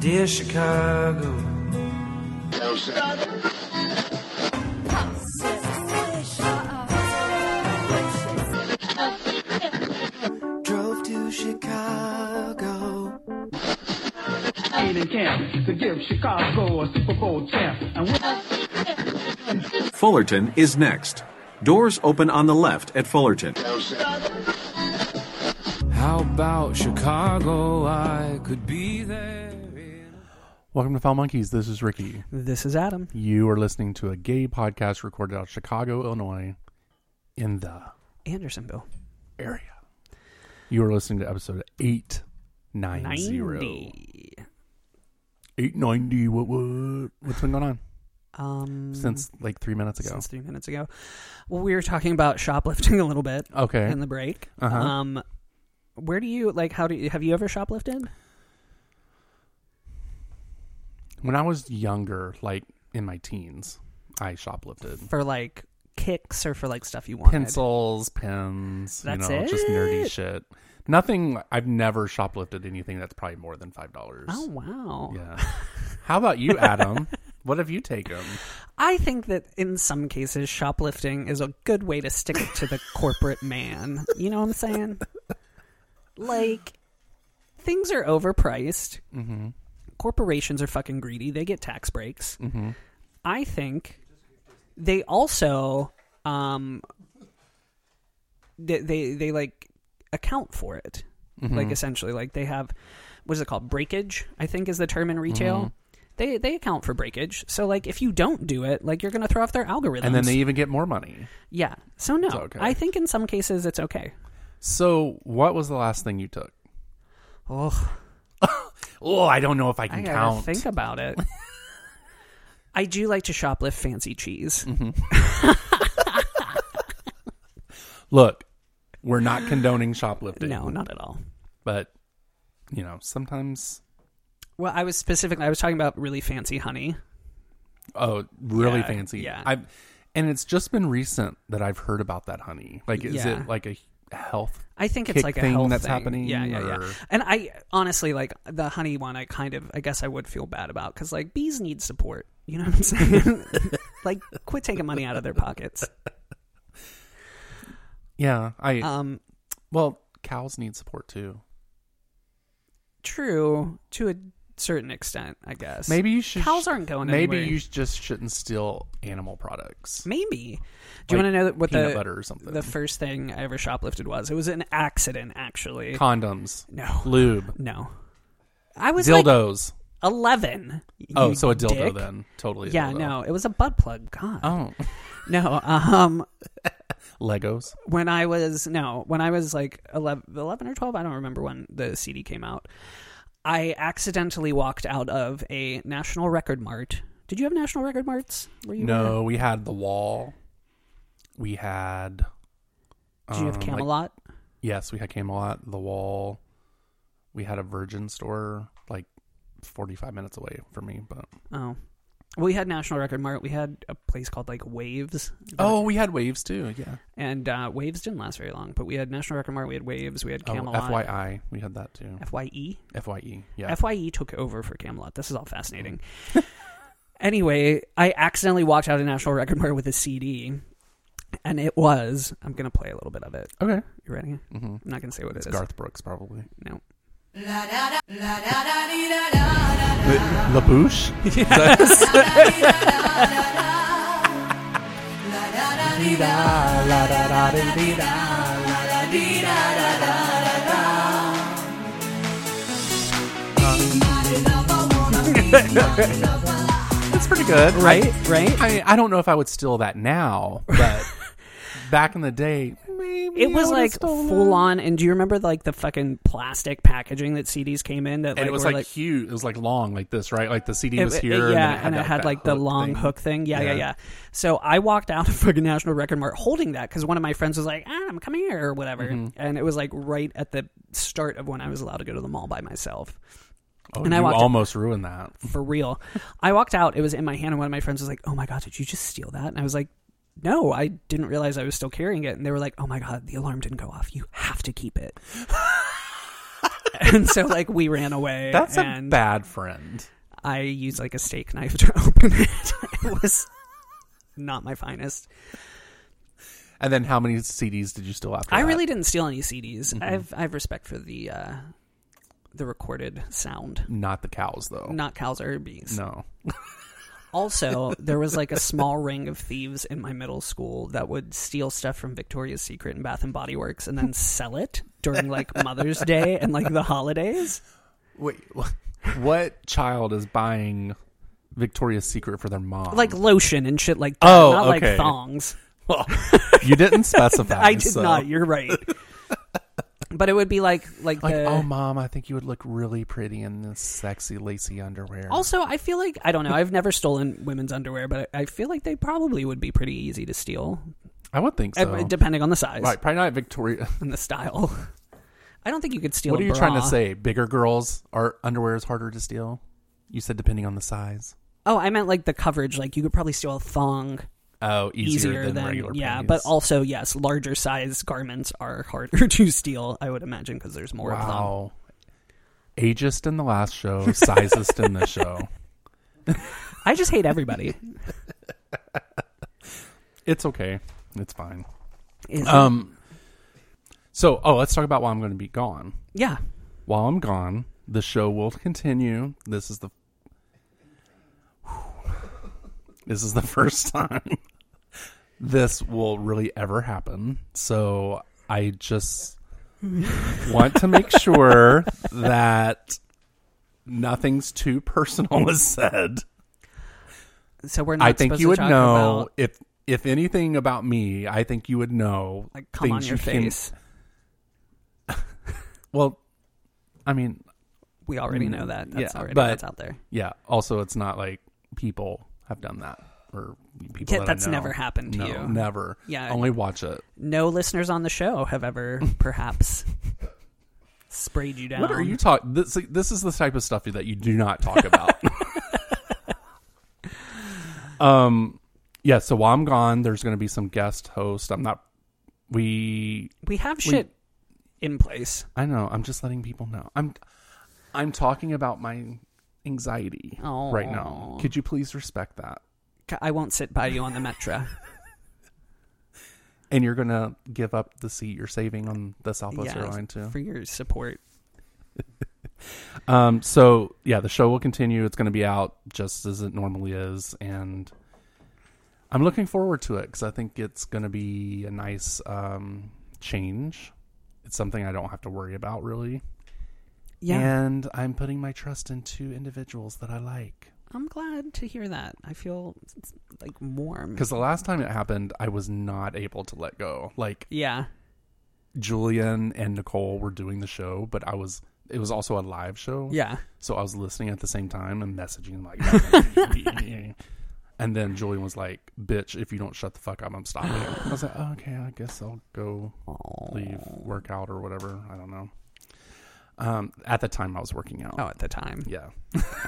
Dear Chicago. Drove to Chicago. Ain't in camp to give Chicago a Super Bowl champ. And when Fullerton is next. Doors open on the left at Fullerton. How about Chicago? I could be there. in- Welcome to Foul Monkeys. This is Ricky. This is Adam. You are listening to a gay podcast recorded out of Chicago, Illinois, in the Andersonville. area. You are listening to episode 890. 90. 890. What, what? What's been going on Um, since like three minutes ago? since three minutes ago. Well, we were talking about shoplifting a little bit Okay. in the break. Uh-huh. Um, where do you like? How do you have you ever shoplifted? When I was younger, like in my teens, I shoplifted. for like kicks or for like stuff you wanted. Pencils, pens, That's you know, just nerdy it? shit. Nothing, I've never shoplifted anything that's probably more than $5. Oh wow! Yeah. How about you, Adam? what have you taken? I think that in some cases shoplifting is a good way to stick it to the corporate man. You know what I'm saying? Like things are overpriced. Mm-hmm. Corporations are fucking greedy. They get tax breaks. Mm-hmm. I think they also um they they, they like account for it. Mm-hmm. Like essentially, like they have what is it called? Breakage, I think is the term in retail. Mm-hmm. They they account for breakage. So like if you don't do it, like you're gonna throw off their algorithms. And then they even get more money. Yeah. So no. okay. I think in some cases it's okay. So, what was the last thing you took? Oh, Oh, I don't know if I I can gotta count. think about it. I do like to shoplift fancy cheese. Mm-hmm. Look, we're not condoning shoplifting. No, not at all. But, you know, sometimes, Well, I was specifically I was talking about really fancy honey. oh, really Yeah, fancy. yeah. I've, and it's just been recent that I've heard about that honey. Like, is Yeah. it like a health? I think it's kick like a thing health that's thing. happening, Yeah, yeah, yeah. or- And I honestly like the honey one. I kind of, I guess, I would feel bad about because like bees need support. You know what I'm saying? like, quit taking money out of their pockets. Yeah. I, Um, well, cows need support too. true to a certain extent, I guess. Maybe you should. cows aren't going Maybe anywhere. you just shouldn't steal animal products. Maybe. Do you Like want to know that what peanut the butter or something. the first thing I ever shoplifted was? It was an accident, actually. Condoms, no, lube, no. I was like dildos. eleven. oh, you so a dildo dick. then. Totally. a Yeah, dildo. no, it was a butt plug. God, Oh, no. Um, Legos. when I was no, when I was like 11, 11 or 12, I don't remember when the CD came out. I accidentally walked out of a National Record Mart. Did you have National Record Marts? Were you No, we had the wall. We had Did you have um, like- Camelot? yes, we had Camelot, the wall. We had a Virgin store like forty-five minutes away from me, but oh. We had National Record Mart. We had a place called like Waves. oh, we had waves too. Yeah. And uh, Waves didn't last very long, but we had National Record Mart, we had Waves, we had Oh, Camelot. E? FYI, we had that too. FYE? FYE, yeah. FYE E took over for Camelot. This is all fascinating. anyway, I accidentally walked out of National Record Mart with a CD, and it was. I'm gonna play a little bit of it. okay, You ready? Mm-hmm. I'm not gonna say what it's Garth Brooks probably. No. LaBouche. That's pretty good, right? Right? I, I don't know if I would steal that now, but back in the day, maybe It was I would've like stolen. full on, and do you remember like the fucking plastic packaging that CDs came in? That and like, it was were, like, huge. It was like long, like this, right? Like the CD it- was it- here, yeah, and, then it had that- that like the hook long thing. hook thing. Yeah, yeah, Yeah. yeah, So I walked out of fucking National Record Mart holding that because one of my friends was like, "Adam, come here" or whatever, Mm-hmm. and it was like right at the start of when I was allowed to go to the mall by myself. Oh, and I you walked- almost ruined that. for real. I walked out, it was in my hand, and one of my friends was like, Oh my God, did you just steal that? And I was like, No, I didn't realize I was still carrying it. And they were like, Oh my God, the alarm didn't go off. You have to keep it. and so like we ran away. That's a and bad friend. I used like a steak knife to open it. it was not my finest. And then how many CDs did you still have? I really didn't steal any CDs. Mm-hmm. I've I've respect for the uh, the recorded sound. not the cows though. Not cows or bees. No. Also, there was like a small ring of thieves in my middle school that would steal stuff from Victoria's Secret and Bath and Body Works and then sell it during like Mother's Day and like the holidays. Wait, wh- what child is buying Victoria's Secret for their mom? Like lotion and shit like that, Oh, not okay. like thongs. well, you didn't specify. I did so- not. You're right. but it would be like like, Like, the, oh, mom, I think you would look really pretty in this sexy lacy underwear. also I feel like I don't know. I've never stolen women's underwear, but I I feel like they probably would be pretty easy to steal, I would think so. ev- depending on the size right, probably not Victoria. and the style. I don't think you could steal. What a are you trying to bra. say? Bigger girls are underwear is harder to steal? You said depending on the size. Oh, I meant like the coverage. Like you could probably steal a thong Oh, easier, easier, than, than, regular. yeah. panties. But also, yes, larger size garments are harder to steal. I would imagine because there's more of them. wow, ageist in the last show, sizest in this show. I just hate everybody. It's okay. It's fine. Is- Um. So, oh, let's talk about why I'm going to be gone. yeah, While I'm gone, the show will continue. This is the This is the first time this will really ever happen. So, I just want to make sure that nothing's too personal is said. so we're not. I think supposed you to would talk know about, if if anything about me, I think you would know like come on things your you can- face. well, I mean, We already know that. That's Yeah, already but- that's out there. Yeah. Also, it's not like people have done that or people. Yeah, that I that's know. never happened to No, you. Never. Yeah. Only watch it. No listeners on the show have ever perhaps sprayed you down. What are you talking? This this is the type of stuff that you do not talk about. um. Yeah. So while I'm gone, there's going to be some guest host. I'm not. We. We have shit in place. I know. I'm just letting people know. I'm. I'm talking about my anxiety right now. Aw. Could you please respect that? C- I won't sit by you on the Metra. And you're gonna give up the seat you're saving on the Southwest Yeah, airline too. for your support. Um, so yeah, the show will continue. It's going to be out just as it normally is, and I'm looking forward to it because I think it's going to be a nice um, change. It's something I don't have to worry about really, Yeah, and I'm putting my trust into individuals that I like. I'm glad to hear that. I feel s- like warm. Because the last time it happened, I was not able to let go. Like Yeah, Julian and Nicole were doing the show, but I was. It was also a live show. yeah. So I was listening at the same time and messaging like, and then Julian was like, "Bitch, if you don't shut the fuck up, I'm stopping." it." I was like, oh, "Okay, I guess I'll go leave, work out or whatever. I don't know." Um, at the time, I was working out. Oh, at the time. Yeah,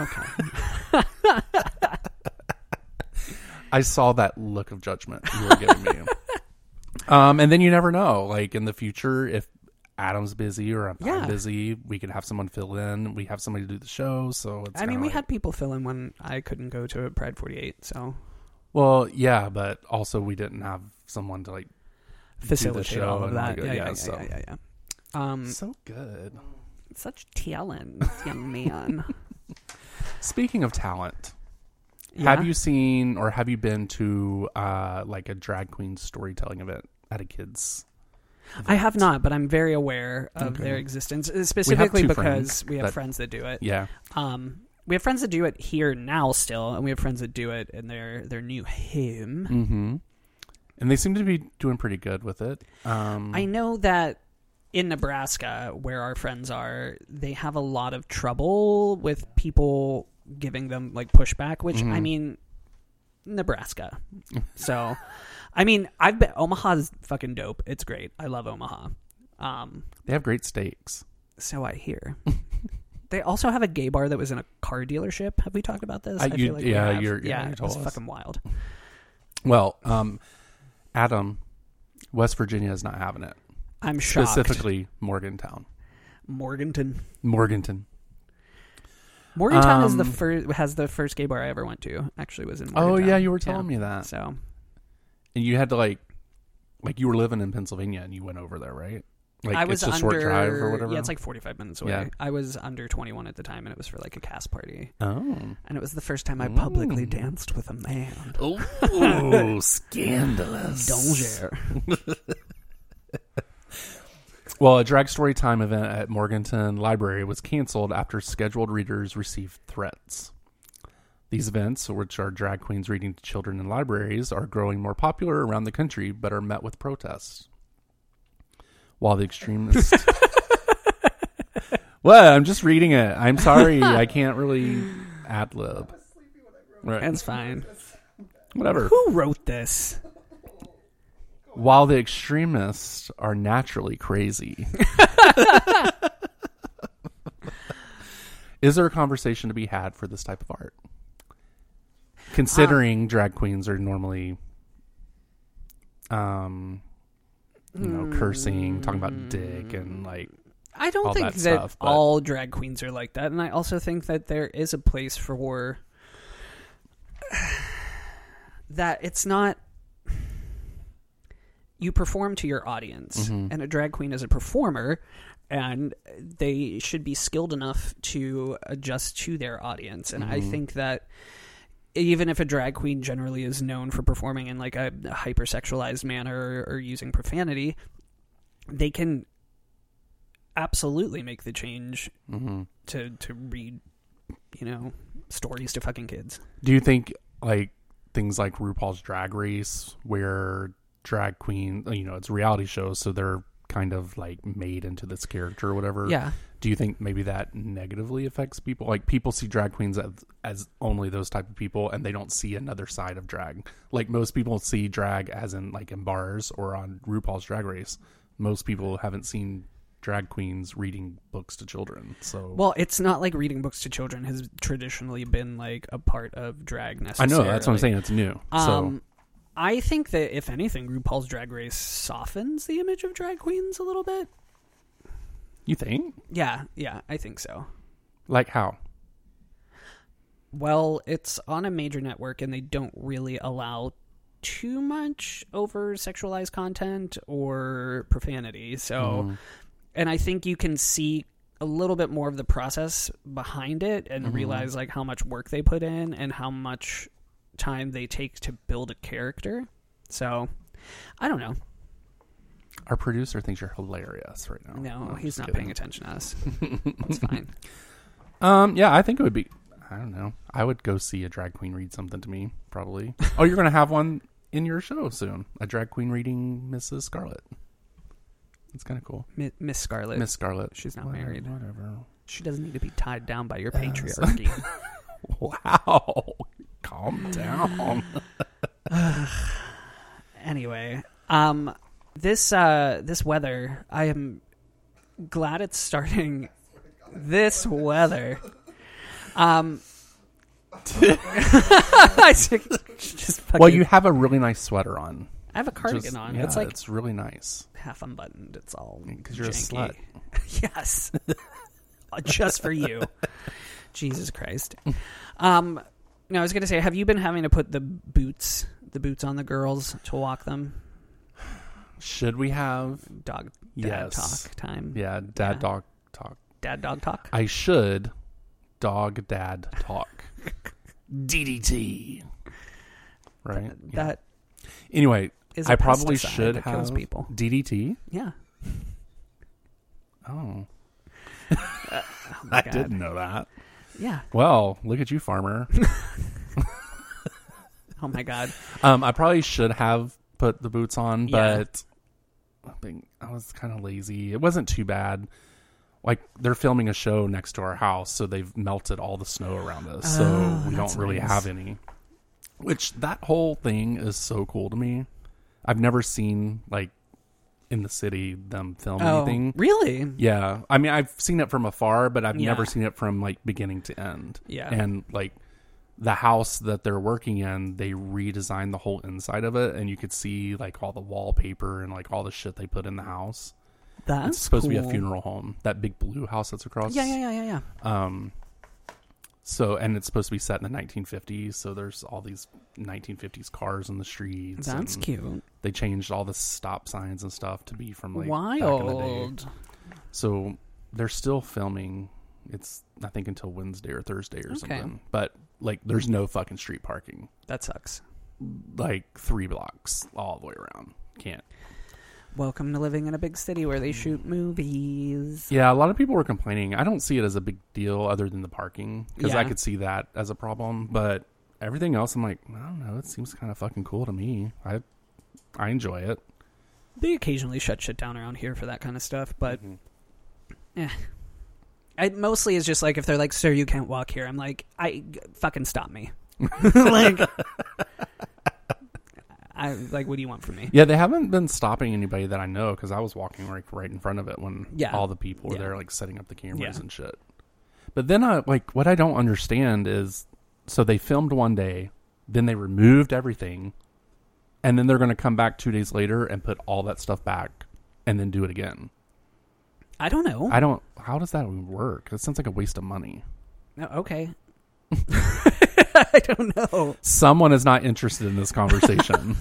Okay. I saw that look of judgment you were giving me. um, and then you never know, like in the future, if Adam's busy or if Yeah. I'm busy, we could have someone fill in. We have somebody to do the show, so it's I mean, kinda we like- had people fill in when I couldn't go to Pride 48, so Well, yeah, but also we didn't have someone to like facilitate show all of and that. we go- Yeah, yeah, yeah, yeah, yeah, so. yeah, yeah. Um, so good. such talent, young man. Speaking of talent, Yeah. have you seen or have you been to uh like a drag queen storytelling event at a kids? I have not, but I'm very aware of Okay. their existence, uh, specifically two because friends we have that- friends that do it. Yeah. Um, we have friends that do it here now still, and we have friends that do it in their their new home. Mm-hmm. And they seem to be doing pretty good with it. Um I know that in Nebraska, where our friends are, they have a lot of trouble with people giving them like pushback, which Mm-hmm. I mean, Nebraska. so, I mean, I've been Omaha's fucking dope. It's great. I love Omaha. Um, they have great stakes. so I hear. they also have a gay bar that was in a car dealership. Have we talked about this? Uh, you- we yeah, have. you're- yeah, yeah, you it told was us. fucking wild. Well, um Adam, West Virginia is not having it. I'm shocked. Specifically Morgantown. Morganton. Morganton. Morgantown is the Um, first has the first gay bar I ever went to. Actually, was in. Oh Morgantown. yeah, you were telling me that. So and you had to like, like you were living in Pennsylvania and you went over there, right? Like I was it's a under. short drive or whatever. Yeah, it's like forty five minutes away. Yeah. I was under twenty one at the time, and it was for like a cast party, oh, and it was the first time I publicly Mm. danced with a man. oh, scandalous. Danger. Well, a drag story time event at Morganton Library was canceled after scheduled readers received threats. These events, which are drag queens reading to children in libraries, are growing more popular around the country but are met with protests. While the extremists. well, I'm just reading it. I'm sorry. I can't really ad lib. Right. That's fine. Whatever. Who wrote this? While the extremists are naturally crazy. Is there a conversation to be had for this type of art? Considering drag queens are normally um you know, cursing, talking about dick and like I don't all think that that stuff, but- all drag queens are like that, and I also think that there is a place for that it's not you perform to your audience, Mm-hmm. and a drag queen is a performer, and they should be skilled enough to adjust to their audience, and Mm-hmm. I think that. Even if a drag queen generally is known for performing in like a hypersexualized manner or, or using profanity, they can absolutely make the change Mm-hmm. to to read, you know, stories to fucking kids. do you think like things like RuPaul's drag race where drag queen uh, you know, it's reality shows, so they're kind of like made into this character or whatever. Yeah. do you think maybe that negatively affects people like people see drag queens as, as only those type of people and they don't see another side of drag like most people see drag as in like in bars or on rupaul's drag race most people haven't seen drag queens reading books to children so Well, it's not like reading books to children has traditionally been like a part of drag i know necessarily. that's what i'm saying it's new Um, I think that if anything, RuPaul's Drag Race softens the image of drag queens a little bit. so you think Yeah, yeah, I think so. like how Well, it's on a major network and they don't really allow too much over sexualized content or profanity. So, Mm-hmm. and I think you can see a little bit more of the process behind it Mm-hmm. and realize like how much work they put in and how much time they take to build a character. So, I don't know. our producer thinks you're hilarious right now No, I'm he's just not kidding. paying attention to us. It's fine. Um, yeah, I think it would be. I don't know. I would go see a drag queen read something to me, probably. oh, you're gonna have one in your show soon. A drag queen reading Mrs. Scarlet. It's kind of cool, Mi- Miss Scarlet. Miss Scarlet. She's not Whatever, married. Whatever. She doesn't need to be tied down by Uh, your patriarchy. Wow. Calm down. anyway, um, this uh, this weather, I am glad it's starting. This weather, um, I just fucking, well, you have a really nice sweater on. I have a cardigan Just- on. Yeah, it's like it's really nice. half unbuttoned. It's all because you're a janky. yes, Uh, just for you. Jesus Christ. Um, no, I was gonna say, have you been having to put the boots, the boots on the girls to walk them? Should we have? Dog dad Yes. talk time. Yeah, dad Yeah. dog talk. Dad dog talk. I should dog dad talk. DDT. Right. Yeah. That Anyway, is a I probably pesticide should that have kills people. DDT. yeah. Oh, Oh my I God. didn't know that. Yeah. Well, look at you, farmer. Oh my god. um, I probably should have put the boots on, Yeah. but I think I was kind of lazy. It wasn't too bad. Like they're filming a show next to our house, so they've melted all the snow around us, so we don't really Oh, nice. have any. Which that whole thing is so cool to me. I've never seen like in the city them film Oh, anything. really? Yeah. I mean, I've seen it from afar, but I've Yeah. never seen it from like beginning to end. Yeah. And like the house that they're working in, they redesigned the whole inside of it and you could see like all the wallpaper and like all the shit they put in the house. That's it's supposed to be a cool. funeral home. That big blue house that's across. Yeah, yeah, yeah, yeah, yeah. Um, so and it's supposed to be set in the 1950s. So there's all these 1950s cars in the streets. That's and cute. They changed all the stop signs and stuff to be from like back in the day. Wild. So they're still filming. It's I think until Wednesday or Thursday or Okay. something. But like, there's no fucking street parking. That sucks. Like three blocks all the way around. Can't. Welcome to living in a big city where they shoot movies. Yeah, a lot of people were complaining. I don't see it as a big deal other than the parking because I Yeah. could see that as a problem. But everything else, I'm like, I don't know. It seems kind of fucking cool to me. I I enjoy it. They occasionally shut shit down around here for that kind of stuff, but Mm-hmm. eh. It mostly is just like if they're like, "Sir, you can't walk here." I'm like, "I g- fucking stop me." like, I like, what do you want from me? Yeah, they haven't been stopping anybody that I know because I was walking like right in front of it when Yeah. all the people were Yeah. there like setting up the cameras Yeah. and shit. But then I like what I don't understand is so they filmed one day, then they removed everything, and then they're going to come back two days later and put all that stuff back and then do it again. I don't know. I don't. How does that work? That sounds like a waste of money. No, okay. I don't know. Someone is not interested in this conversation.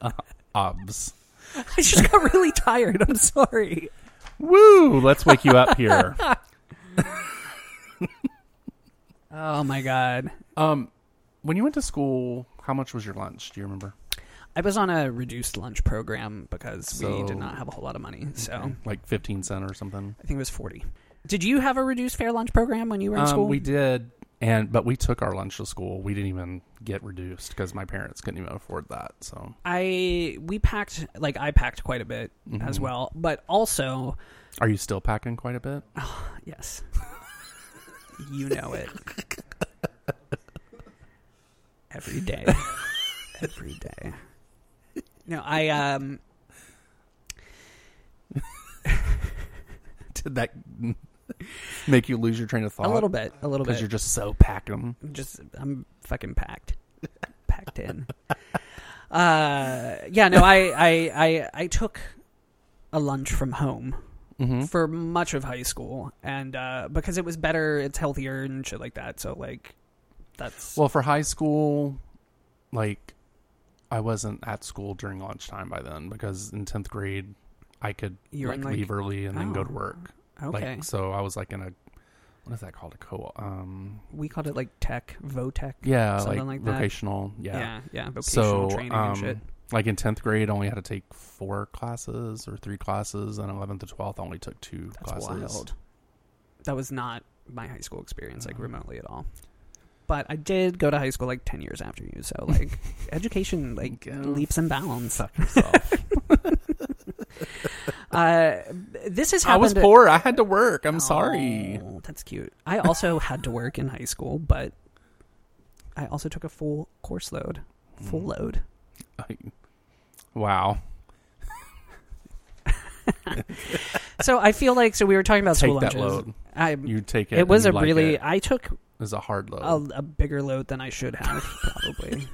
uh, obs. I just got really tired. I'm sorry. Woo! Let's wake you up here. Oh my god. Um, when you went to school, how much was your lunch? Do you remember? I was on a reduced lunch program because we So- did not have a whole lot of money. So Like fifteen cent or something. I think it was 40. Did you have a reduced fare lunch program when you were in school? Um, we did, and but we took our lunch to school. We didn't even get reduced because my parents couldn't even afford that. So I we packed like I packed quite a bit as well, but also are you still packing quite a bit? yes. you know it. Every day. Every day. No, I um Did that make you lose your train of thought? a little bit, a little bit. because you're just so packing. just I'm fucking packed, packed in. Uh, yeah, no, I, I, I, I took a lunch from home Mm-hmm. for much of high school, and uh, because it was better, it's healthier and shit like that. So like, that's Well, for high school, like I wasn't at school during lunchtime by then because in tenth grade I could You were like, in, like- leave early and then go Oh, to work. okay. Like so I was like in a what is that called? A co um we called it like tech, votech. yeah, Something like, like that. vocational. yeah, Yeah. yeah, vocational So training um, and shit. like in tenth grade I only had to take four classes or three classes and eleventh to twelfth I only took two That's classes. wild. That was not my high school experience, Uh-huh. like remotely at all. But I did go to high school like ten years after you, so like education like Go leaps and bounds. Fuck yourself. Uh, this has I happened. was to- poor. I had to work. I'm sorry. Oh, that's cute. I also had to work in high school, but I also took a full course load, Hmm. full load. Oh. Wow. So I feel like so we were talking about Take school that lunches. load. I You take it. it and was you a like really it. I took It was a hard load. a, a bigger load than I should have, probably.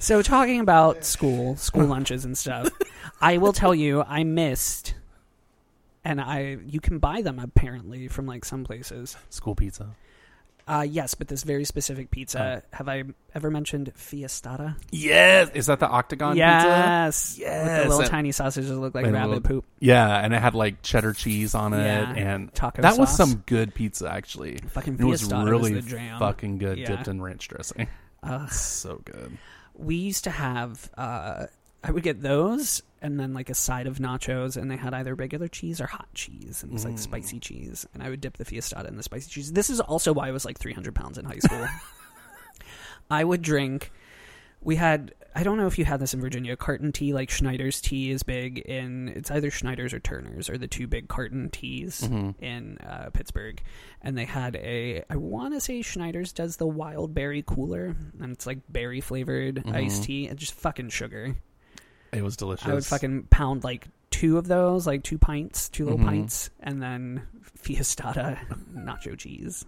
so, talking about school, school lunches and stuff, I will tell you, I missed, and I you can buy them apparently from like some places. School pizza. Uh, yes, but this very specific pizza. Have I ever mentioned Fiestada? Yes. Is that the octagon pizza? yes, with Yes, the little and- tiny sausages that look like and rabbit little- poop. Yeah, and it had like cheddar cheese on it Yeah, and taco That was sauce. some good pizza actually. Fucking And it was Fiesta was really the jam. fucking good Yeah. dipped in ranch dressing. so good. we used to have uh I would get those and then like a side of nachos and they had either regular cheese or hot cheese and it was like spicy cheese and I would dip the fiestada in the spicy cheese. This is also why I was like 300 pounds in high school. I would drink we had I don't know if you had this in Virginia, carton tea like Schneider's tea is big in it's either Schneider's or Turner's are the two big carton teas in uh, Pittsburgh. And they had a I wanna say Schneider's does the wild berry cooler and it's like berry flavored iced tea and just fucking sugar. It was delicious. I would fucking pound like two of those, like two pints, two little pints, and then fiestada nacho cheese.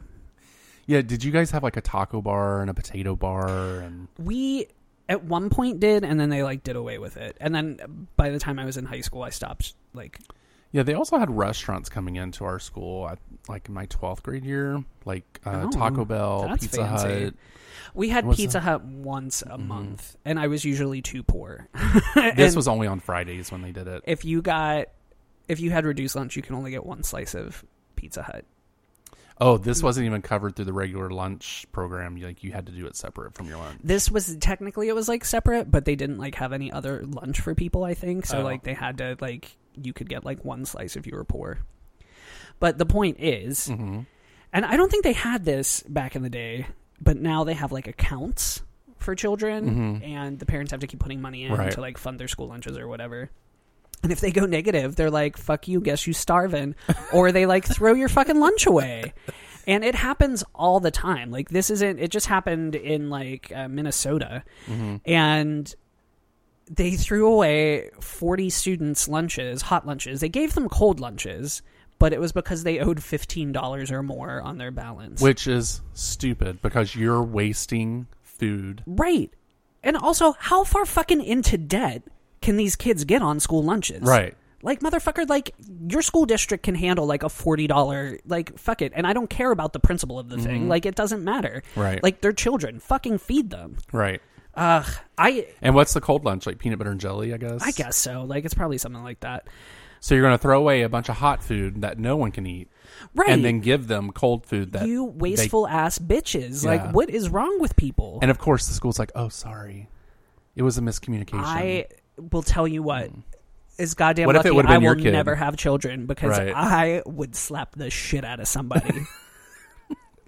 Yeah, did you guys have like a taco bar and a potato bar and We at one point did, and then they like did away with it. And then by the time I was in high school, I stopped. Like, Yeah, they also had restaurants coming into our school, at, like in my twelfth grade year, like uh, Oh, Taco Bell, that's Pizza fancy. Hut. we had What's Pizza that? Mm-hmm. Hut once a month, and I was usually too poor. This And was only on Fridays when they did it. if you got if you had reduced lunch, you can only get one slice of Pizza Hut. Oh, this wasn't even covered through the regular lunch program. You- Like you had to do it separate from your lunch. This was technically it was like separate, but they didn't like have any other lunch for people. I think so. Oh. Like they had to like you could get like one slice if you were poor. But the point is, Mm-hmm. and I don't think they had this back in the day, but now they have like accounts for children, and the parents have to keep putting money in Right. to like fund their school lunches or whatever. And if they go negative, they're like, fuck you, guess you starving. or they like throw your fucking lunch away. And it happens all the time. Like, this isn't, it just happened in like uh, Minnesota. And they threw away 40 students' lunches, hot lunches. They gave them cold lunches, but it was because they owed $15 or more on their balance. Which is stupid because you're wasting food. right. And also, how far fucking into debt can these kids get on school lunches? Right. Like motherfucker, like your school district can handle like a forty dollar, like fuck it, and I don't care about the principle of the thing. Like it doesn't matter. Mm-hmm. Right. Like they're children. Fucking feed them. Right. Ugh. I And what's the cold lunch? Like peanut butter and jelly, I guess. I guess so. Like it's probably something like that. So you're going to throw away a bunch of hot food that no one can eat, Right. and then give them cold food that you Uh, they- wasteful ass bitches. Yeah. Like what is wrong with people? and of course, the school's like, "Oh, sorry, it was a miscommunication." I will tell you what. Is goddamn Hmm. What if lucky it would've I been your will kid? never have children because Right. I would slap the shit out of somebody.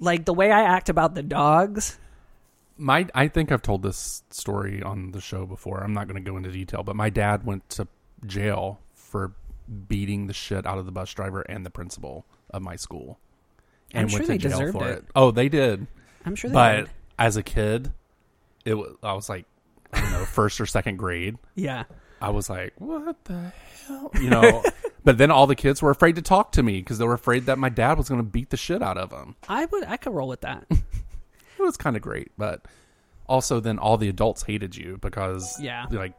like the way I act about the dogs. my I think I've told this story on the show before. I'm not going to go into detail, but my dad went to jail for beating the shit out of the bus driver and the principal of my school, I'm sure they deserved it. Oh, they did, I'm sure they but would. as a kid, it was, I was like, I don't know, first or second grade. Yeah. I was like, what the hell? You know, but then all the kids were afraid to talk to me because they were afraid that my dad was going to beat the shit out of them. I would I could roll with that. It was kind of great, but also then all the adults hated you because, Yeah. like,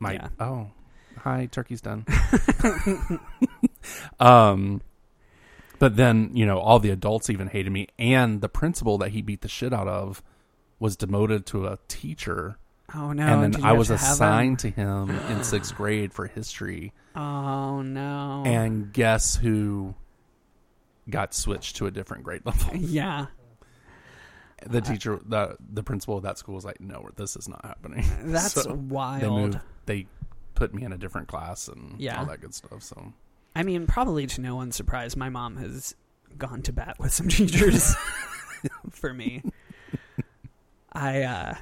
my, Yeah. oh, hi, turkey's done. um, but then, you know, all the adults even hated me. And the principal that he beat the shit out of was demoted to a teacher. Oh no. and did then you I have was to have assigned to him in sixth grade for history. him? Oh no. And guess who got switched to a different grade level? yeah. The teacher, the the principal of that school was like, "No, this is not happening." That's So They wild. moved. They put me in a different class and Yeah. all that good stuff. So I mean, probably to no one's surprise, my mom has gone to bat with some teachers for me. I uh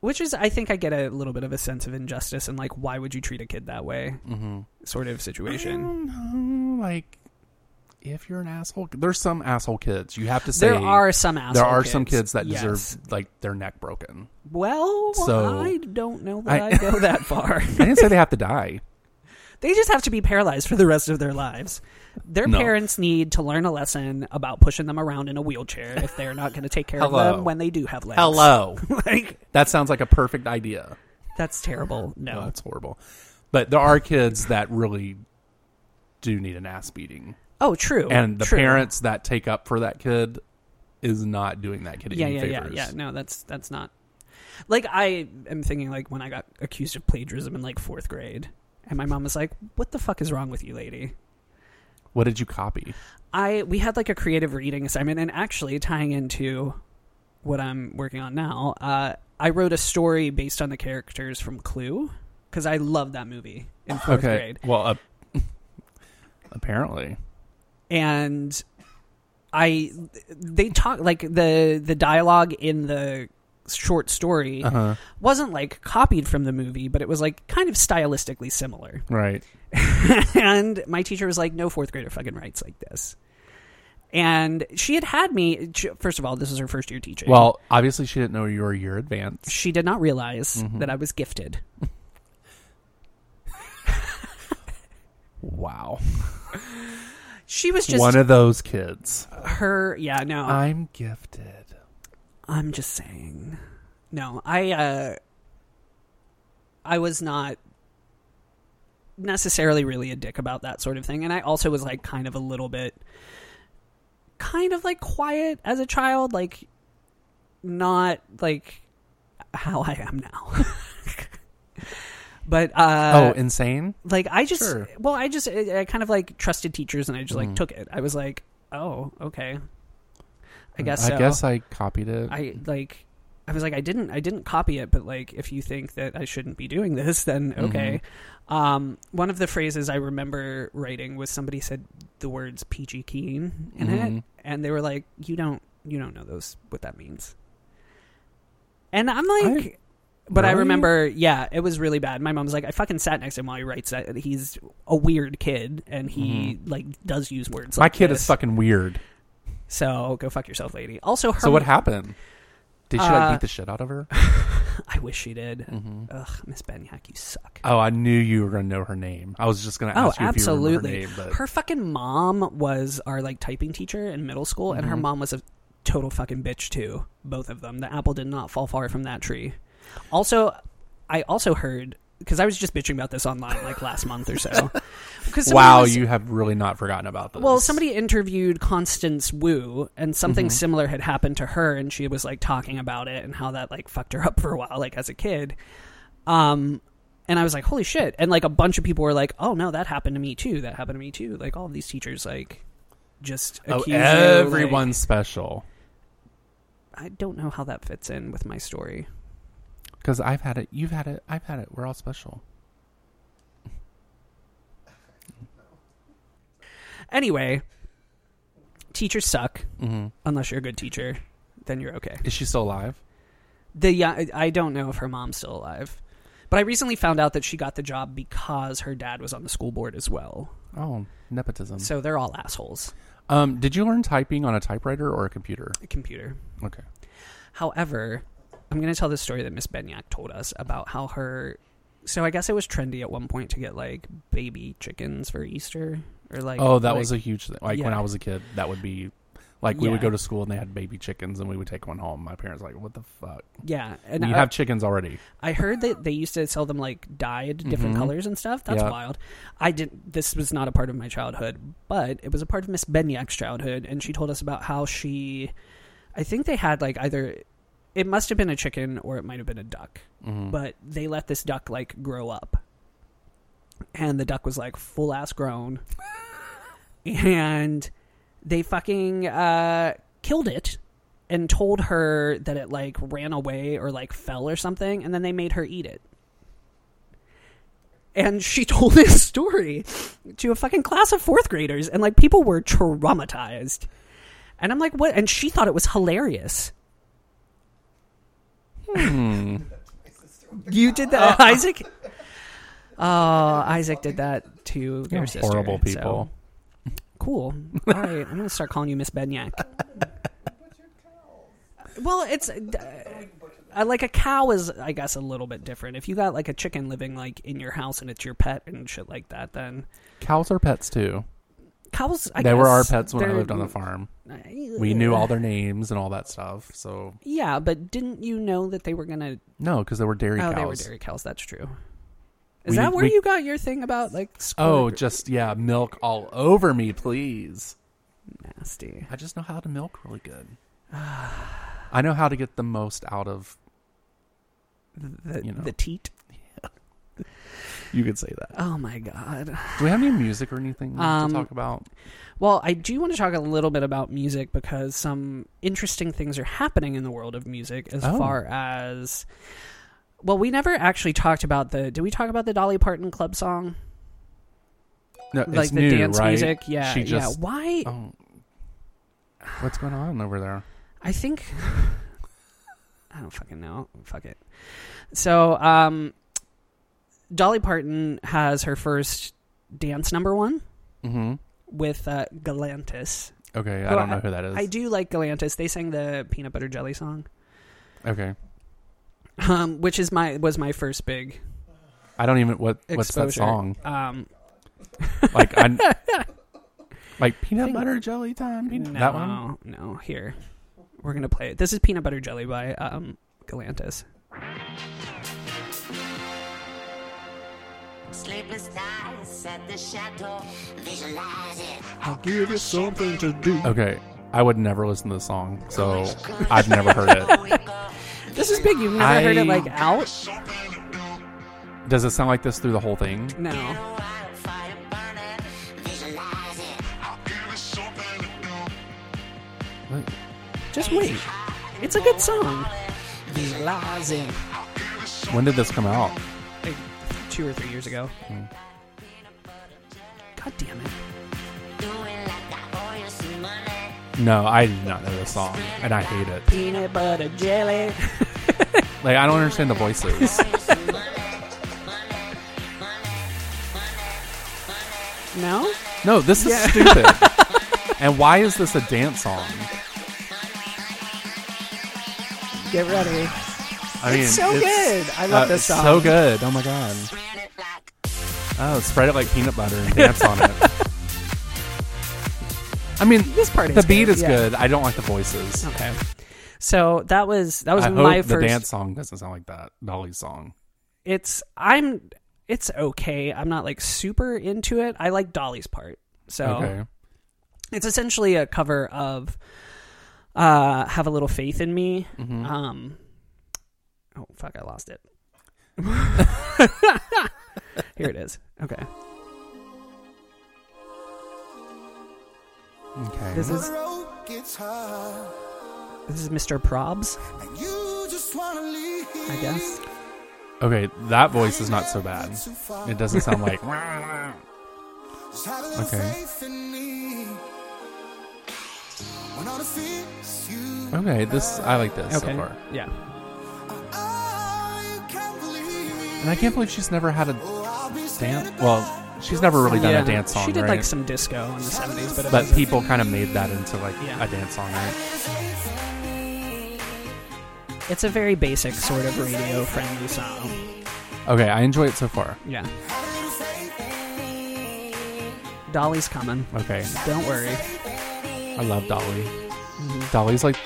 which is I think I get a little bit of a sense of injustice and like why would you treat a kid that way Mm-hmm. sort of situation. know, like, if you're an asshole, there's some asshole kids. You have to say There are some assholes. there are some kids that Yes. deserve like their neck broken. Well, So- I don't know that I- I go that far. I didn't say they have to die. They just have to be paralyzed for the rest of their lives. Their No. parents need to learn a lesson about pushing them around in a wheelchair if they're not going to take care of Hello. them when they do have legs. Hello, like that sounds like a perfect idea. that's terrible. No. Oh, that's horrible. But there are kids that really do need an ass beating, oh, true. and the true. parents that take up for that kid is not doing that kid Yeah, any yeah, yeah, favors. yeah. No, that's that's not. Like I am thinking, like when I got accused of plagiarism in like fourth grade, and my mom was like, "What the fuck is wrong with you, lady?" What did you copy? I we had like a creative reading assignment, and actually tying into what I'm working on now, uh, I wrote a story based on the characters from Clue because I love that movie in fourth okay. grade, Well, uh, apparently, and I they talk like the the dialogue in the short story uh-huh. wasn't like copied from the movie, but it was like kind of stylistically similar. right? and my teacher was like, "No fourth grader fucking writes like this." And she had had me. she- First of all, this was her first year teaching. Well, obviously, she didn't know you were a year advanced. she did not realize Mm-hmm. that I was gifted. Wow, She was just one of those kids. her. Yeah, no, I'm gifted. I'm just saying. No, I uh I was not necessarily really a dick about that sort of thing. And I also was like kind of a little bit kind of like quiet as a child, like not like how I am now. but oh, uh insane. like I just Sure. Mm. well, I just I, I kind of like trusted teachers and I just like took it. I was like, "Oh, okay." I guess Mm, I so. guess I copied it. I like I was like I didn't I didn't copy it, but like if you think that I shouldn't be doing this, then Mm-hmm. okay. Um, one of the phrases I remember writing was somebody said the words PG Keen in Mhm. it, and they were like, "You don't you don't know those what that means." And I'm like. but I really? remember, yeah, it was really bad. My mom's like, I fucking sat next to him while he writes that. He's a weird kid, and he like does use words. Mm-hmm. My like kid this. is fucking weird. So go fuck yourself, lady. Also, her So what happened? Did she like Uh, beat the shit out of her? I wish she did. Mm-hmm. Ugh, Miss Benyak, you suck. Oh, I knew you were gonna know her name. I was just gonna Oh, ask you absolutely. if you remember her her, name, but fucking mom was our like typing teacher in middle school, and Mm-hmm. her mom was a total fucking bitch too. Both of them. The apple did not fall far from that tree. Also, I also heard because I was just bitching about this online like last month or so. 'Cause somebody wow, was- you have really not forgotten about this. Well, somebody interviewed Constance Wu, and something Mm-hmm. similar had happened to her, and she was like talking about it and how that like fucked her up for a while, like as a kid. Um, and I was like, holy shit! And like a bunch of people were like, oh no, that happened to me too. That happened to me too. Like all of these teachers, like just Oh, accuse you, like- everyone's special I don't know how that fits in with my story. because I've had it. You've had it. I've had it. We're all special. Anyway, teachers suck Mm-hmm. unless you're a good teacher. Then you're okay. Is she still alive? The young, I don't know if her mom's still alive, but I recently found out that she got the job because her dad was on the school board as well. Oh, nepotism. So they're all assholes. um, did you learn typing on a typewriter or a computer? A computer. Okay. However, I'm going to tell this story that Miss Benyak told us about how her. So I guess it was trendy at one point to get like baby chickens for Easter or like. Oh, that like- was a huge thing. Like when Yeah. I was a kid, that would be like we would Yeah. go to school and they had baby chickens and we would take one home. My parents were like, what the fuck? yeah. And You I- have chickens already. I heard that they used to sell them like dyed different colors and stuff. That's Yeah. wild. I didn't. This was not a part of my childhood, but it was a part of Miss Benyak's childhood, and she told us about how she. I think they had like either. It must have been a chicken or it might have been a duck, but they let this duck like grow up, and the duck was like full ass grown, and they fucking uh, killed it and told her that it like ran away or like fell or something, and then they made her eat it. And she told this story to a fucking class of fourth graders, and like people were traumatized. And I'm like, what? And she thought it was hilarious. Hmm. you did that, Uh, Isaac. Oh, Isaac did that to your sister. horrible so- people. Cool. All right, I'm gonna start calling you Miss Benyak. well, it's uh, uh, like a cow is, I guess, a little bit different. If you got like a chicken living like in your house and it's your pet and shit like that, then Cows are pets too. cows. I they were our guess, pets when I they're- lived on the farm. We knew all their names and all that stuff. So Yeah, but didn't you know that they were gonna? no, because they were dairy oh, cows. they were dairy cows. That's true. Is We that need- where we- you got your thing about like? Oh, squirt- just yeah, milk all over me, please. nasty. I just know how to milk really good. I know how to get the most out of. The, You know. the teat. You could say that. Oh my god. Do we have any music or anything Um, to talk about? Well, I do want to talk a little bit about music because some interesting things are happening in the world of music as Oh. far as. Well, we never actually talked about the. Did we talk about the Dolly Parton club song? No, it's like the new, dance right? music? Yeah. She just. yeah. Why? Oh, what's going on over there? I think. I don't fucking know. Fuck it. So, um, Dolly Parton has her first dance number one Mm-hmm. with uh, Galantis. Okay, I Well, don't know who that is. I do like Galantis. They sang the peanut butter jelly song. Okay, um, which is my was my first big I don't even what. exposure. What's that song? Um, Like I. like peanut butter jelly time. Peanut, no, That one. no. Here, we're gonna play it. This is Peanut Butter Jelly by um, Galantis. It was nice at the chateau. Visualize it. I'll give you something to do. Okay, I would never listen to the song, so I've never heard it. This is big. You've never heard it I- like out? Does it sound like this through the whole thing? No. Wildfire burning. Visualize it. Just wait. It's a good song. Visualizing. When did this come out? Like, two or three years ago. Hmm. God damn it. Doing like I owe you some money. No, I did not know this song, and I hate it. Peanut butter jelly. Like I don't understand the voices. No? No, this is stupid. and why is this a dance song? Get ready. I mean, so good. I uh, love this it's song. So good. Oh my god. Spread it like Oh, spread it like peanut butter and dance on it. I mean, This part the is beat good, is yeah. good. I don't like the voices. Okay. So that was that was I my hope first the dance song doesn't sound like that Dolly's song. it's I'm it's okay. I'm not like super into it. I like Dolly's part. So Okay. it's essentially a cover of uh Have a Little Faith in Me. Mm-hmm. Um Oh fuck, I lost it. Here it is. Okay. Okay. This is this is Mr. Probs, I guess. Okay, that voice is not so bad. It doesn't sound like. okay. Okay, this I like this okay. so far, Yeah. and I can't believe she's never had a dance. Well, she's never really done yeah. a dance song. She did right? like some disco in the 70s, but, it but wasn't- people kind of made that into like Yeah. a dance song, right? it's a very basic sort of radio friendly song. Okay, I enjoy it so far. Yeah. Dolly's coming. Okay, Don't worry. I love Dolly. Mm-hmm. Dolly's like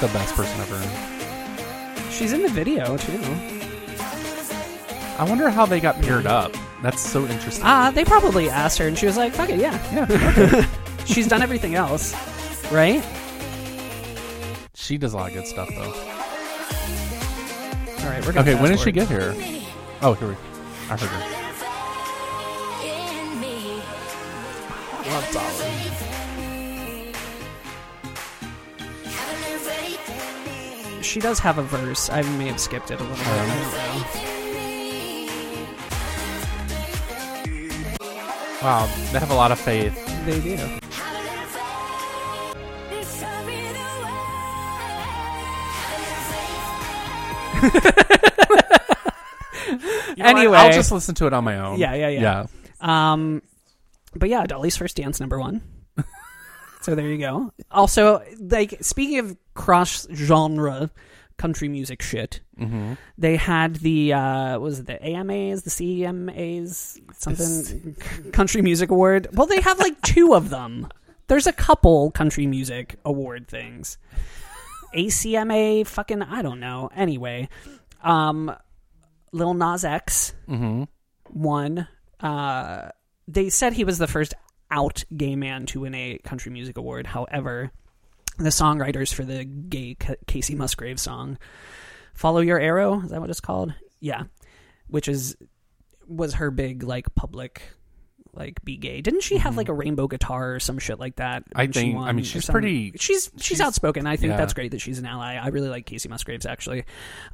the best person ever. She's in the video too. I wonder how they got paired up. That's so interesting. Ah, they probably asked her and she was like, fuck it, yeah. yeah, She's done everything else. Right? she does a lot of good stuff though. All right, we're gonna Okay, when did fast she get forward. here? Oh, here we. I heard her. in me. Love Dolly. Have a little faith She does have a verse. I may have skipped it a little bit. I don't know. in me. Wow, they have a lot of faith. They do. Have a little faith. It's coming away. Have a little faith. anyway, I'll just listen to it on my own. Yeah, yeah, yeah. um, but yeah, Dolly's first dance number one. so there you go. Also, like speaking of cross genre country music shit, they had the uh, what was it the AMAs, the CMAs, something C- country music award. Well, they have like two of them. There's a couple country music award things. ACMA, fucking, I don't know. Anyway, um, Lil Nas X Mm-hmm. won. Uh, they said he was the first out gay man to win a country music award. However, the songwriters for the gay Ca- Casey Musgrave song "Follow Your Arrow" is that what it's called? Yeah, which is was her big like public like be gay. Didn't she have like a rainbow guitar or some shit like that? Mm-hmm. I when she think- I won mean, or she's something? pretty- She's she's, outspoken. I think yeah. that's great that she's an ally. I really like Casey Musgraves actually.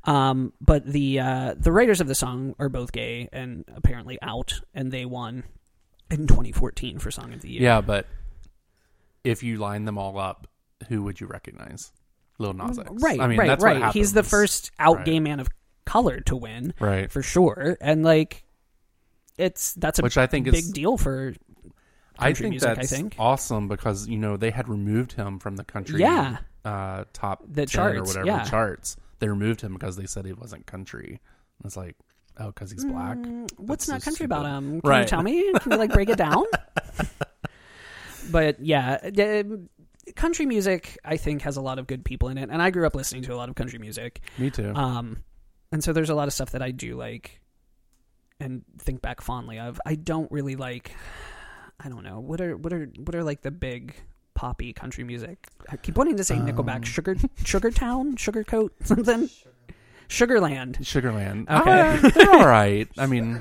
Um, but the uh, the writers of the song are both gay and apparently out, and they won in 2014 for Song of the Year. Yeah, but if you line them all up, who would you recognize? Lil Nas X. Right, I mean, right, that's what right. He's the happens. first out Right. gay man of color to win, Right. for sure. And like, it's that's a Which I think big is- deal for I country think music, I that's think. awesome because you know they had removed him from the country. Yeah. Uh, top The 10 or charts, whatever yeah. charts. They removed him because they said he wasn't country. And It's like oh, because he's black. Mm, what's That's not so country stupid. about him. Can you right. tell me? Can you like break it down? but yeah, the- um, country music I think has a lot of good people in it, and I grew up listening to a lot of country music. Me too. Um, and so there's a lot of stuff that I do like. and think back fondly of. I don't really like. I don't know what are what are what are like the big poppy country music. I keep wanting to say Um. Nickelback, Sugar Sugar Town, Sugarcoat, something, Sugarland. Sugarland. Okay. Uh, they're all right. I mean,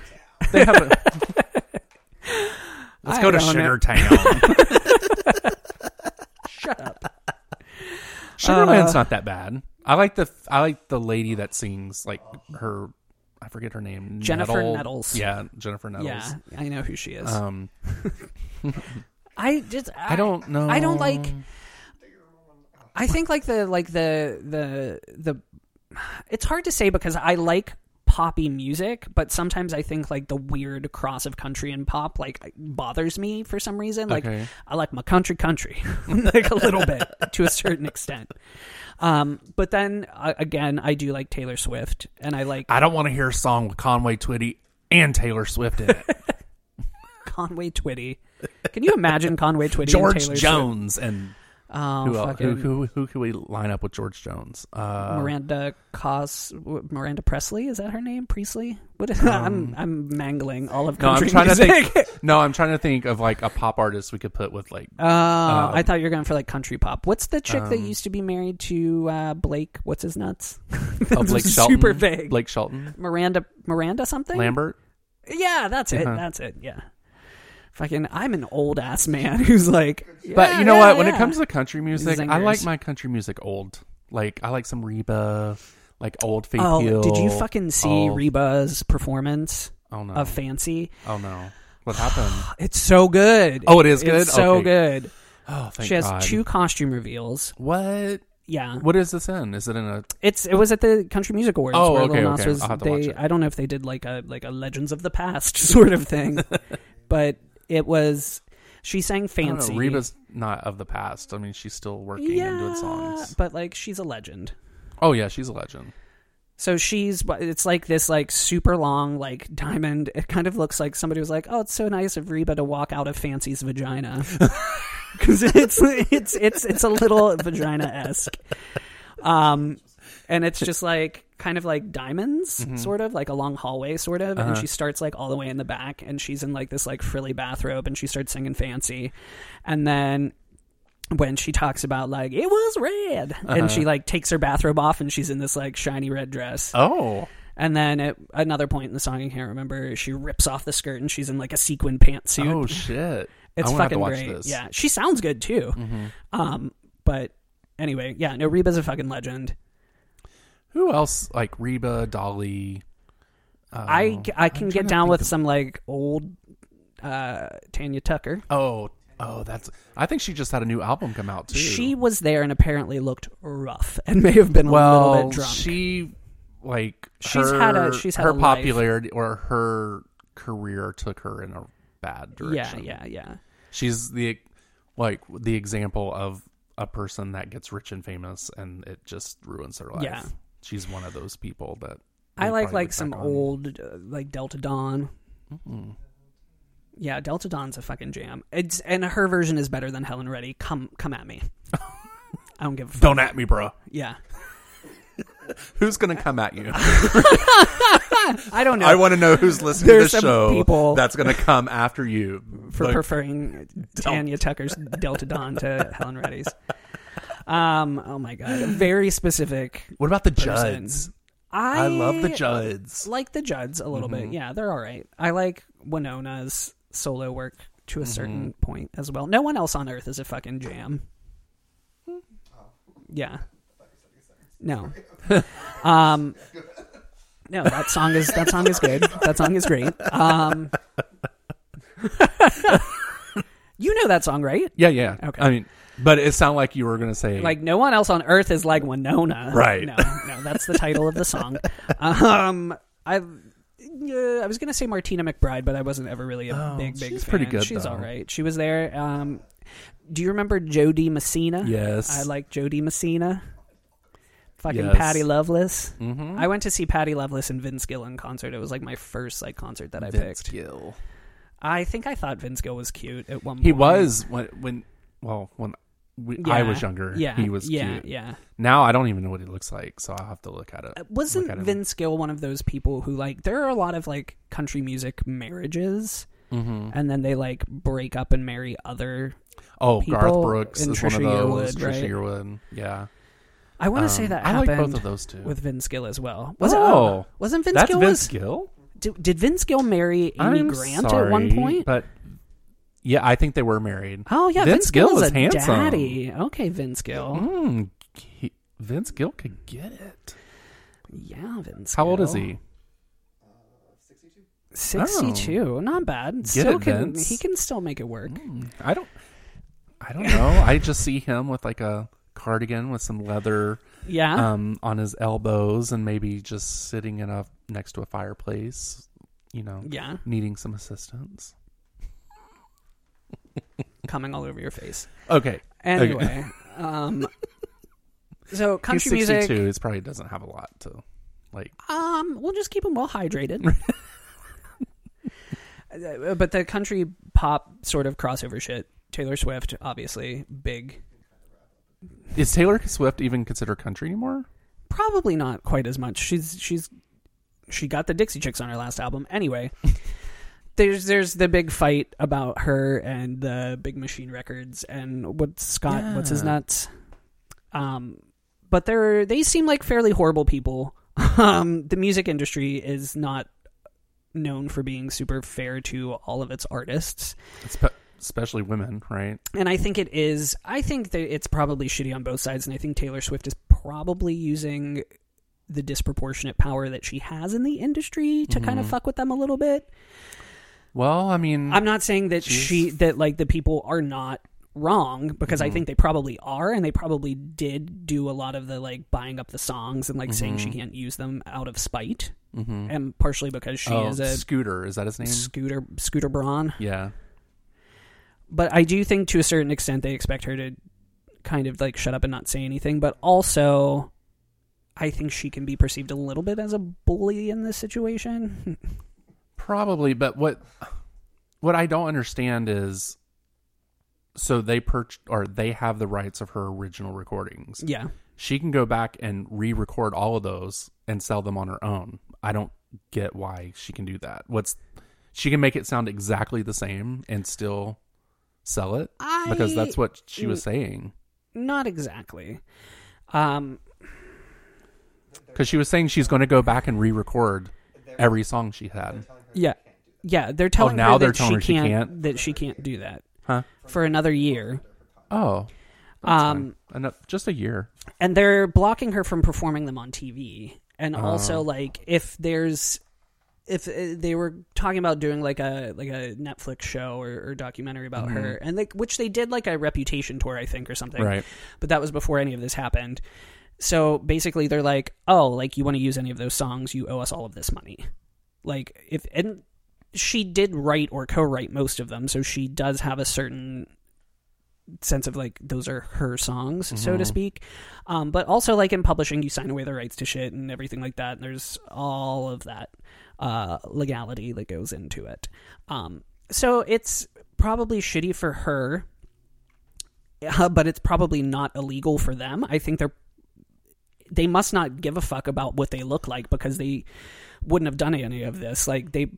they have. A, let's I go to don't know. Sugar Town. Shut up. Uh, Sugarland's not that bad. I like the I like the lady that sings like her. I forget her name. Jennifer Nettle- Nettles. Yeah, Jennifer Nettles. Yeah, I know who she is. Um, I just I, I don't know. I don't like. I think like the like the the the. It's hard to say because I like poppy music, but sometimes I think like the weird cross of country and pop like bothers me for some reason. Like Okay. I like my country country like a little bit to a certain extent. Um, but then uh, again, I do like Taylor Swift, and I like I don't want to hear a song with Conway Twitty and Taylor Swift in it. Conway Twitty. Can you imagine Conway Twitty? and George Taylor Swift? Jones and Oh, who, else? who fucking- who who can we line up with George Jones? Uh, Miranda Cos Miranda Presley is that her name? Priestley? What is, I'm I'm mangling all of Um, No, I'm country trying to music. think. No, I'm trying to think of like a pop artist we could put with like Oh, Uh, I thought you were going for like country pop. What's the chick that used to be married to uh, Blake? What's his nuts? um, oh, Blake Shelton. super vague. Blake Shelton. Miranda Miranda something. Lambert. Uh-huh. Yeah, that's it. That's it. Yeah. Fucking, I'm an old ass man who's like. But yeah, you know yeah, what? When yeah. it comes to country music, I Zingers. like my country music old. Like I like some Reba, like old Faith oh, Hill. Oh, did you fucking see old- Reba's performance Oh no! of Fancy? oh no! What happened? It's so good. Oh, it is good? It's so Okay. good. Oh, thank she has God. two costume reveals. What? Yeah, What is this in? Is it in a? it's it was at the Country Music Awards. Oh, where okay, Lil Nas okay. Was, I'll have to they, watch it. I don't know if they did like a like a Legends of the Past sort of thing, but it was she sang I don't know, "Fancy." Reba's not of the past. I mean, she's still working yeah, and doing songs. but like she's a legend. Oh yeah, she's a legend. So she's but it's like this like super long like diamond. It kind of looks like somebody was like, "Oh, it's so nice of Reba to walk out of Fancy's vagina," because it's it's it's it's a little vagina esque. Um, and it's just like kind of like diamonds, Mm-hmm. sort of like a long hallway, sort of. Uh-huh. And she starts like all the way in the back, and she's in like this like frilly bathrobe, and she starts singing Fancy, and then when she talks about like it was red and she like takes her bathrobe off and she's in this like shiny red dress Uh-huh. Oh, and then at another point in the song i can't remember she rips off the skirt and she's in like a sequin pantsuit oh shit! it's I wanna have to fucking watch great This. Mm-hmm. yeah she sounds good too um but anyway yeah no reba's a fucking legend Who else? Like Reba, Dolly. Oh, i i can get down with some like old uh tanya tucker Oh, oh, that's. I think she just had a new album come out too. she was there and apparently looked rough and may have been a little well, bit drunk she like She's her, had a- she's had her a life. popularity or her career took her in a bad yeah direction. yeah yeah She's the like the example of a person that gets rich and famous and it just ruins their life. Yeah. She's one of those people that I they probably like like look some back on. Mm-hmm. old uh, like Delta Dawn. Yeah, Delta Dawn's a fucking jam. It's and her version is better than Helen Reddy. Come come at me. I don't give a fuck. Don't at me, bro. Yeah. Who's gonna come at you? I don't know I want to know who's listening There's to some this show people- that's gonna come after you for Like, preferring Tanya Tucker's Delta Dawn to Helen Reddy's. Um, oh my god. very specific. What about the person. Judds? I I love the Judds. Like the Judds a little bit. Yeah, they're all right. I like Winona's solo work to a certain point as well. No one else on earth is a fucking jam. Yeah. No. um No, that song is that song is good. That song is great. Um You know that song, right? Yeah, yeah. Okay. I mean, but it sounded like you were gonna say Like no one else on earth is like Winona. Right. No, no, that's the title of the song. Um, I, yeah, I was gonna say Martina McBride, but I wasn't ever really a big, big. Oh, she's fan. pretty good, She's though. all right. She was there. Um, do you remember Jody Messina? Yes. I like Jody Messina. Fucking Yes. Patty Loveless. Mm-hmm. I went to see Patty Loveless and Vince Gill in concert. It was like my first like concert that I Vince picked. Gill. I think I thought Vince Gill was cute at one point. He was when when well when we, I Yeah. was younger. Yeah, he was yeah, cute. yeah. Now I don't even know what he looks like, so I'll have to look at it. Wasn't look at him. Vince Gill one of those people who like there are a lot of like country music marriages, Mm-hmm. and then they like break up and marry other. Oh, Garth people Brooks and is one of Trisha those. Yearwood, Trisha right? Yearwood. Yeah. I want to say Um, that I like both happened of those two. with Vince Gill as well. Was Oh. it? um, Wasn't Vince That's Gill? Vince was, Gill? did, did Vince Gill marry Amy I'm Grant sorry, at one point? But yeah, I think they were married. oh yeah, Vince, Gill, is is a handsome. daddy. Okay, Vince Gill. Mm, he- Vince Gill could get it. Yeah, Vince. How old is Gill. he? Sixty-two. Not bad. still Oh. it, can Vince. Mm. he can still make it work. I don't. I don't know. I just see him with like a cardigan with some leather Yeah. um, on his elbows, and maybe just sitting in a next to a fireplace. You know, Yeah. needing some assistance. coming all over your face. Okay. okay. Anyway, um, so he's country sixty-two. music. He probably doesn't have a lot to like. Um, we'll just keep them well hydrated. Uh, but the country pop sort of crossover shit. Taylor Swift, obviously, big. Is Taylor Swift even considered country anymore? Probably not quite as much. She's she's she got the Dixie Chicks on her last album. Anyway, there's there's the big fight about her and the Big Machine Records and what's Scott what's his Yeah. nuts. Um, but they're they seem like fairly horrible people. Um, the music industry is not known for being super fair to all of its artists, It's pe- especially women, right? and I think it is. I think that it's probably shitty on both sides, and I think Taylor Swift is probably using the disproportionate power that she has in the industry to kind of fuck with them a little bit. Well, I mean, I'm not saying that she that like the people are not wrong because I think they probably are and they probably did do a lot of the like buying up the songs and like saying she can't use them out of spite and partially because she oh, is a Scooter. Is that his name? scooter scooter brawn yeah. but I do think to a certain extent they expect her to kind of like shut up and not say anything but also I think she can be perceived a little bit as a bully in this situation Probably, but what what I don't understand is so they perch or they have the rights of her original recordings. yeah She can go back and re-record all of those and sell them on her own. I don't get why she can do that. What's she can make it sound exactly the same and still sell it because that's I- what she was saying. not exactly um Because she was saying she's going to go back and re-record every song she had. Yeah, yeah. They're telling Oh, now her they're that telling she, her she can't, can't? that she can't do that Huh? for another year. Oh, Um, enough, just a year. and they're blocking her from performing them on TV. And also, like, if there's if uh, they were talking about doing like a like a Netflix show or, or documentary about her, and like which they did like a Reputation tour, I think, or something, Right. But that was before any of this happened. So basically, they're like, "Oh, like you want to use any of those songs? You owe us all of this money." Like if and she did write or co-write most of them, so she does have a certain sense of like those are her songs, so to speak. Um, but also like in publishing, you sign away the rights to shit and everything like that. And there's all of that uh, legality that goes into it. Um, so it's probably shitty for her, uh, but it's probably not illegal for them. I think they're they must not give a fuck about what they look like because they wouldn't have done any of this. Like they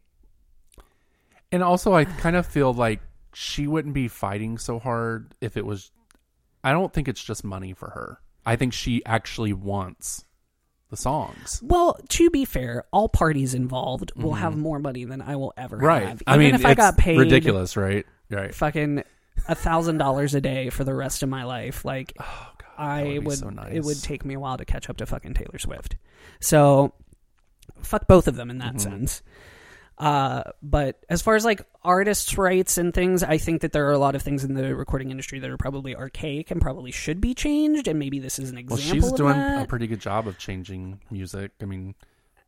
And also, I kind of feel like she wouldn't be fighting so hard if it was. I don't think it's just money for her. I think she actually wants the songs. Well, to be fair, all parties involved will have more money than I will ever Mm-hmm. have. I mean, if I it's got paid ridiculous, right? Right. fucking a thousand dollars a day for the rest of my life, like I Oh, would would, be so nice. it would take me a while to catch up to fucking Taylor Swift. So fuck both of them in Mm-hmm. that sense. Uh, but as far as like artists' rights and things, I think that there are a lot of things in the recording industry that are probably archaic and probably should be changed. And maybe this is an Well, example. she's of doing that. a pretty good job of changing music. I mean,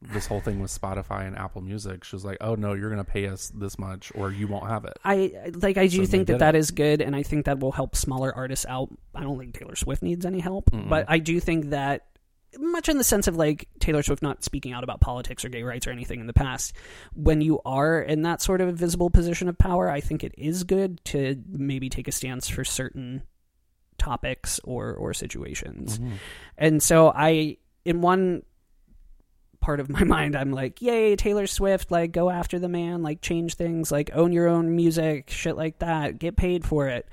this whole thing with Spotify and Apple Music, she was like, "Oh no, you're going to pay us this much, or you won't have it." I like I do So think they that did that is good and I think that will help smaller artists out. I don't think Taylor Swift needs any help, but I do think that much in the sense of like Taylor Swift not speaking out about politics or gay rights or anything in the past, when you are in that sort of visible position of power, I think it is good to maybe take a stance for certain topics or or situations. Mm-hmm. And so I in one part of my mind I'm like, "Yay, Taylor Swift, like go after the man, like change things, like own your own music, shit like that, get paid for it."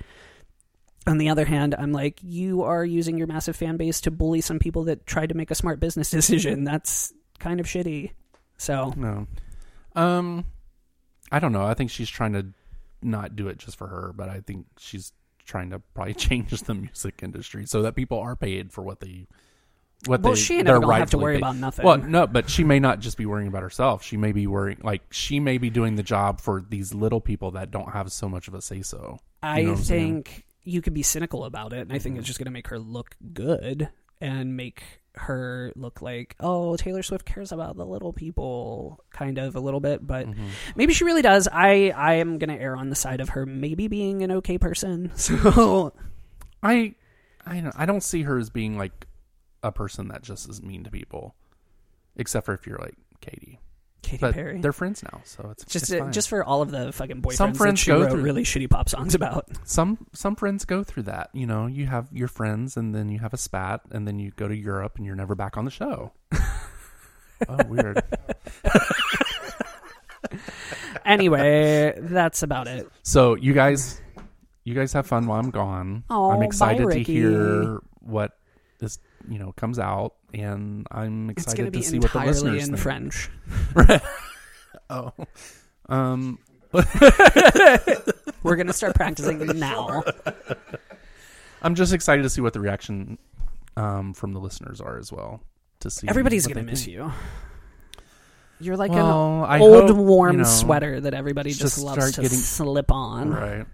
On the other hand, I'm like, "You are using your massive fan base to bully some people that tried to make a smart business decision. That's kind of shitty." So, No. Um, I don't know. I think she's trying to not do it just for her, but I think she's trying to probably change the music industry so that people are paid for what they what Well, they she and they're I don't have to rightfully worry paid. about nothing. Well, no, but she may not just be worrying about herself. She may be worrying like she may be doing the job for these little people that don't have so much of a say so. I know what I'm saying? Mm-hmm. think you could be cynical about it, and I think it's just going to make her look good and make her look like, oh, Taylor Swift cares about the little people, kind of a little bit. But Mm-hmm. maybe she really does. I I am going to err on the side of her maybe being an okay person. So I I don't, I don't see her as being like a person that just is mean to people, except for if you're like Katie. Katy But Perry. they're friends now, so it's just it's uh, fine. just for all of the fucking boyfriends Some that friends she go wrote through- really shitty pop songs about. some some friends go through that. You know, you have your friends, and then you have a spat, and then you go to Europe, and you're never back on the show. oh, weird. Anyway, that's about it. So you guys, you guys have fun while I'm gone. Aw, I'm bye, excited to Ricky. hear what this you know comes out, and I'm It's excited going to to be see what the entirely listeners in think. French. Oh, um, We're going to start practicing now. I'm just excited to see what the reaction um, from the listeners are as well. To see Everybody's what gonna they miss think. you. You're like Well, I an old hope, warm you know, sweater that everybody just, just loves start to getting- slip on. Right.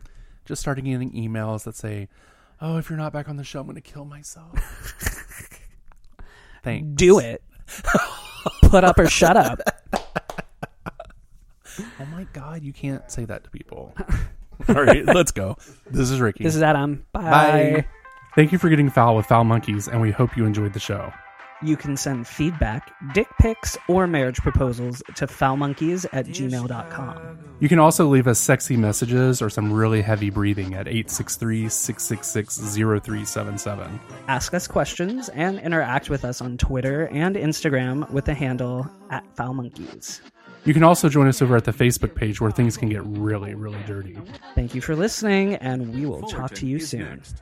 Just started getting emails that say, "Oh, if you're not back on the show, I'm going to kill myself." Thanks. Do it. Put up or shut up. Oh my god, you can't say that to people. All right, let's go. This is Ricky. This is Adam. Bye. Bye. Thank you for getting foul with Foul Monkeys, and we hope you enjoyed the show. You can send feedback, dick pics, or marriage proposals to foulmonkeys at gmail.com. You can also leave us sexy messages or some really heavy breathing at 863 666 0377. Ask us questions and interact with us on Twitter and Instagram with the handle at foulmonkeys. You can also join us over at the Facebook page where things can get really, really dirty. Thank you for listening, and we will talk to Fullerton you is soon. next.